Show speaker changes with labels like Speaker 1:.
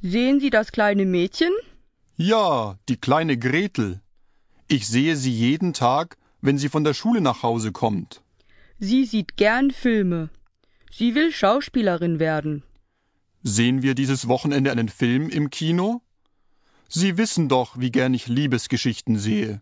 Speaker 1: Sehen Sie das kleine Mädchen?
Speaker 2: Ja, die kleine Gretel. Ich sehe sie jeden Tag, wenn sie von der Schule nach Hause kommt.
Speaker 1: Sie sieht gern Filme. Sie will Schauspielerin werden.
Speaker 2: Sehen wir dieses Wochenende einen Film im Kino? Sie wissen doch, wie gern ich Liebesgeschichten sehe.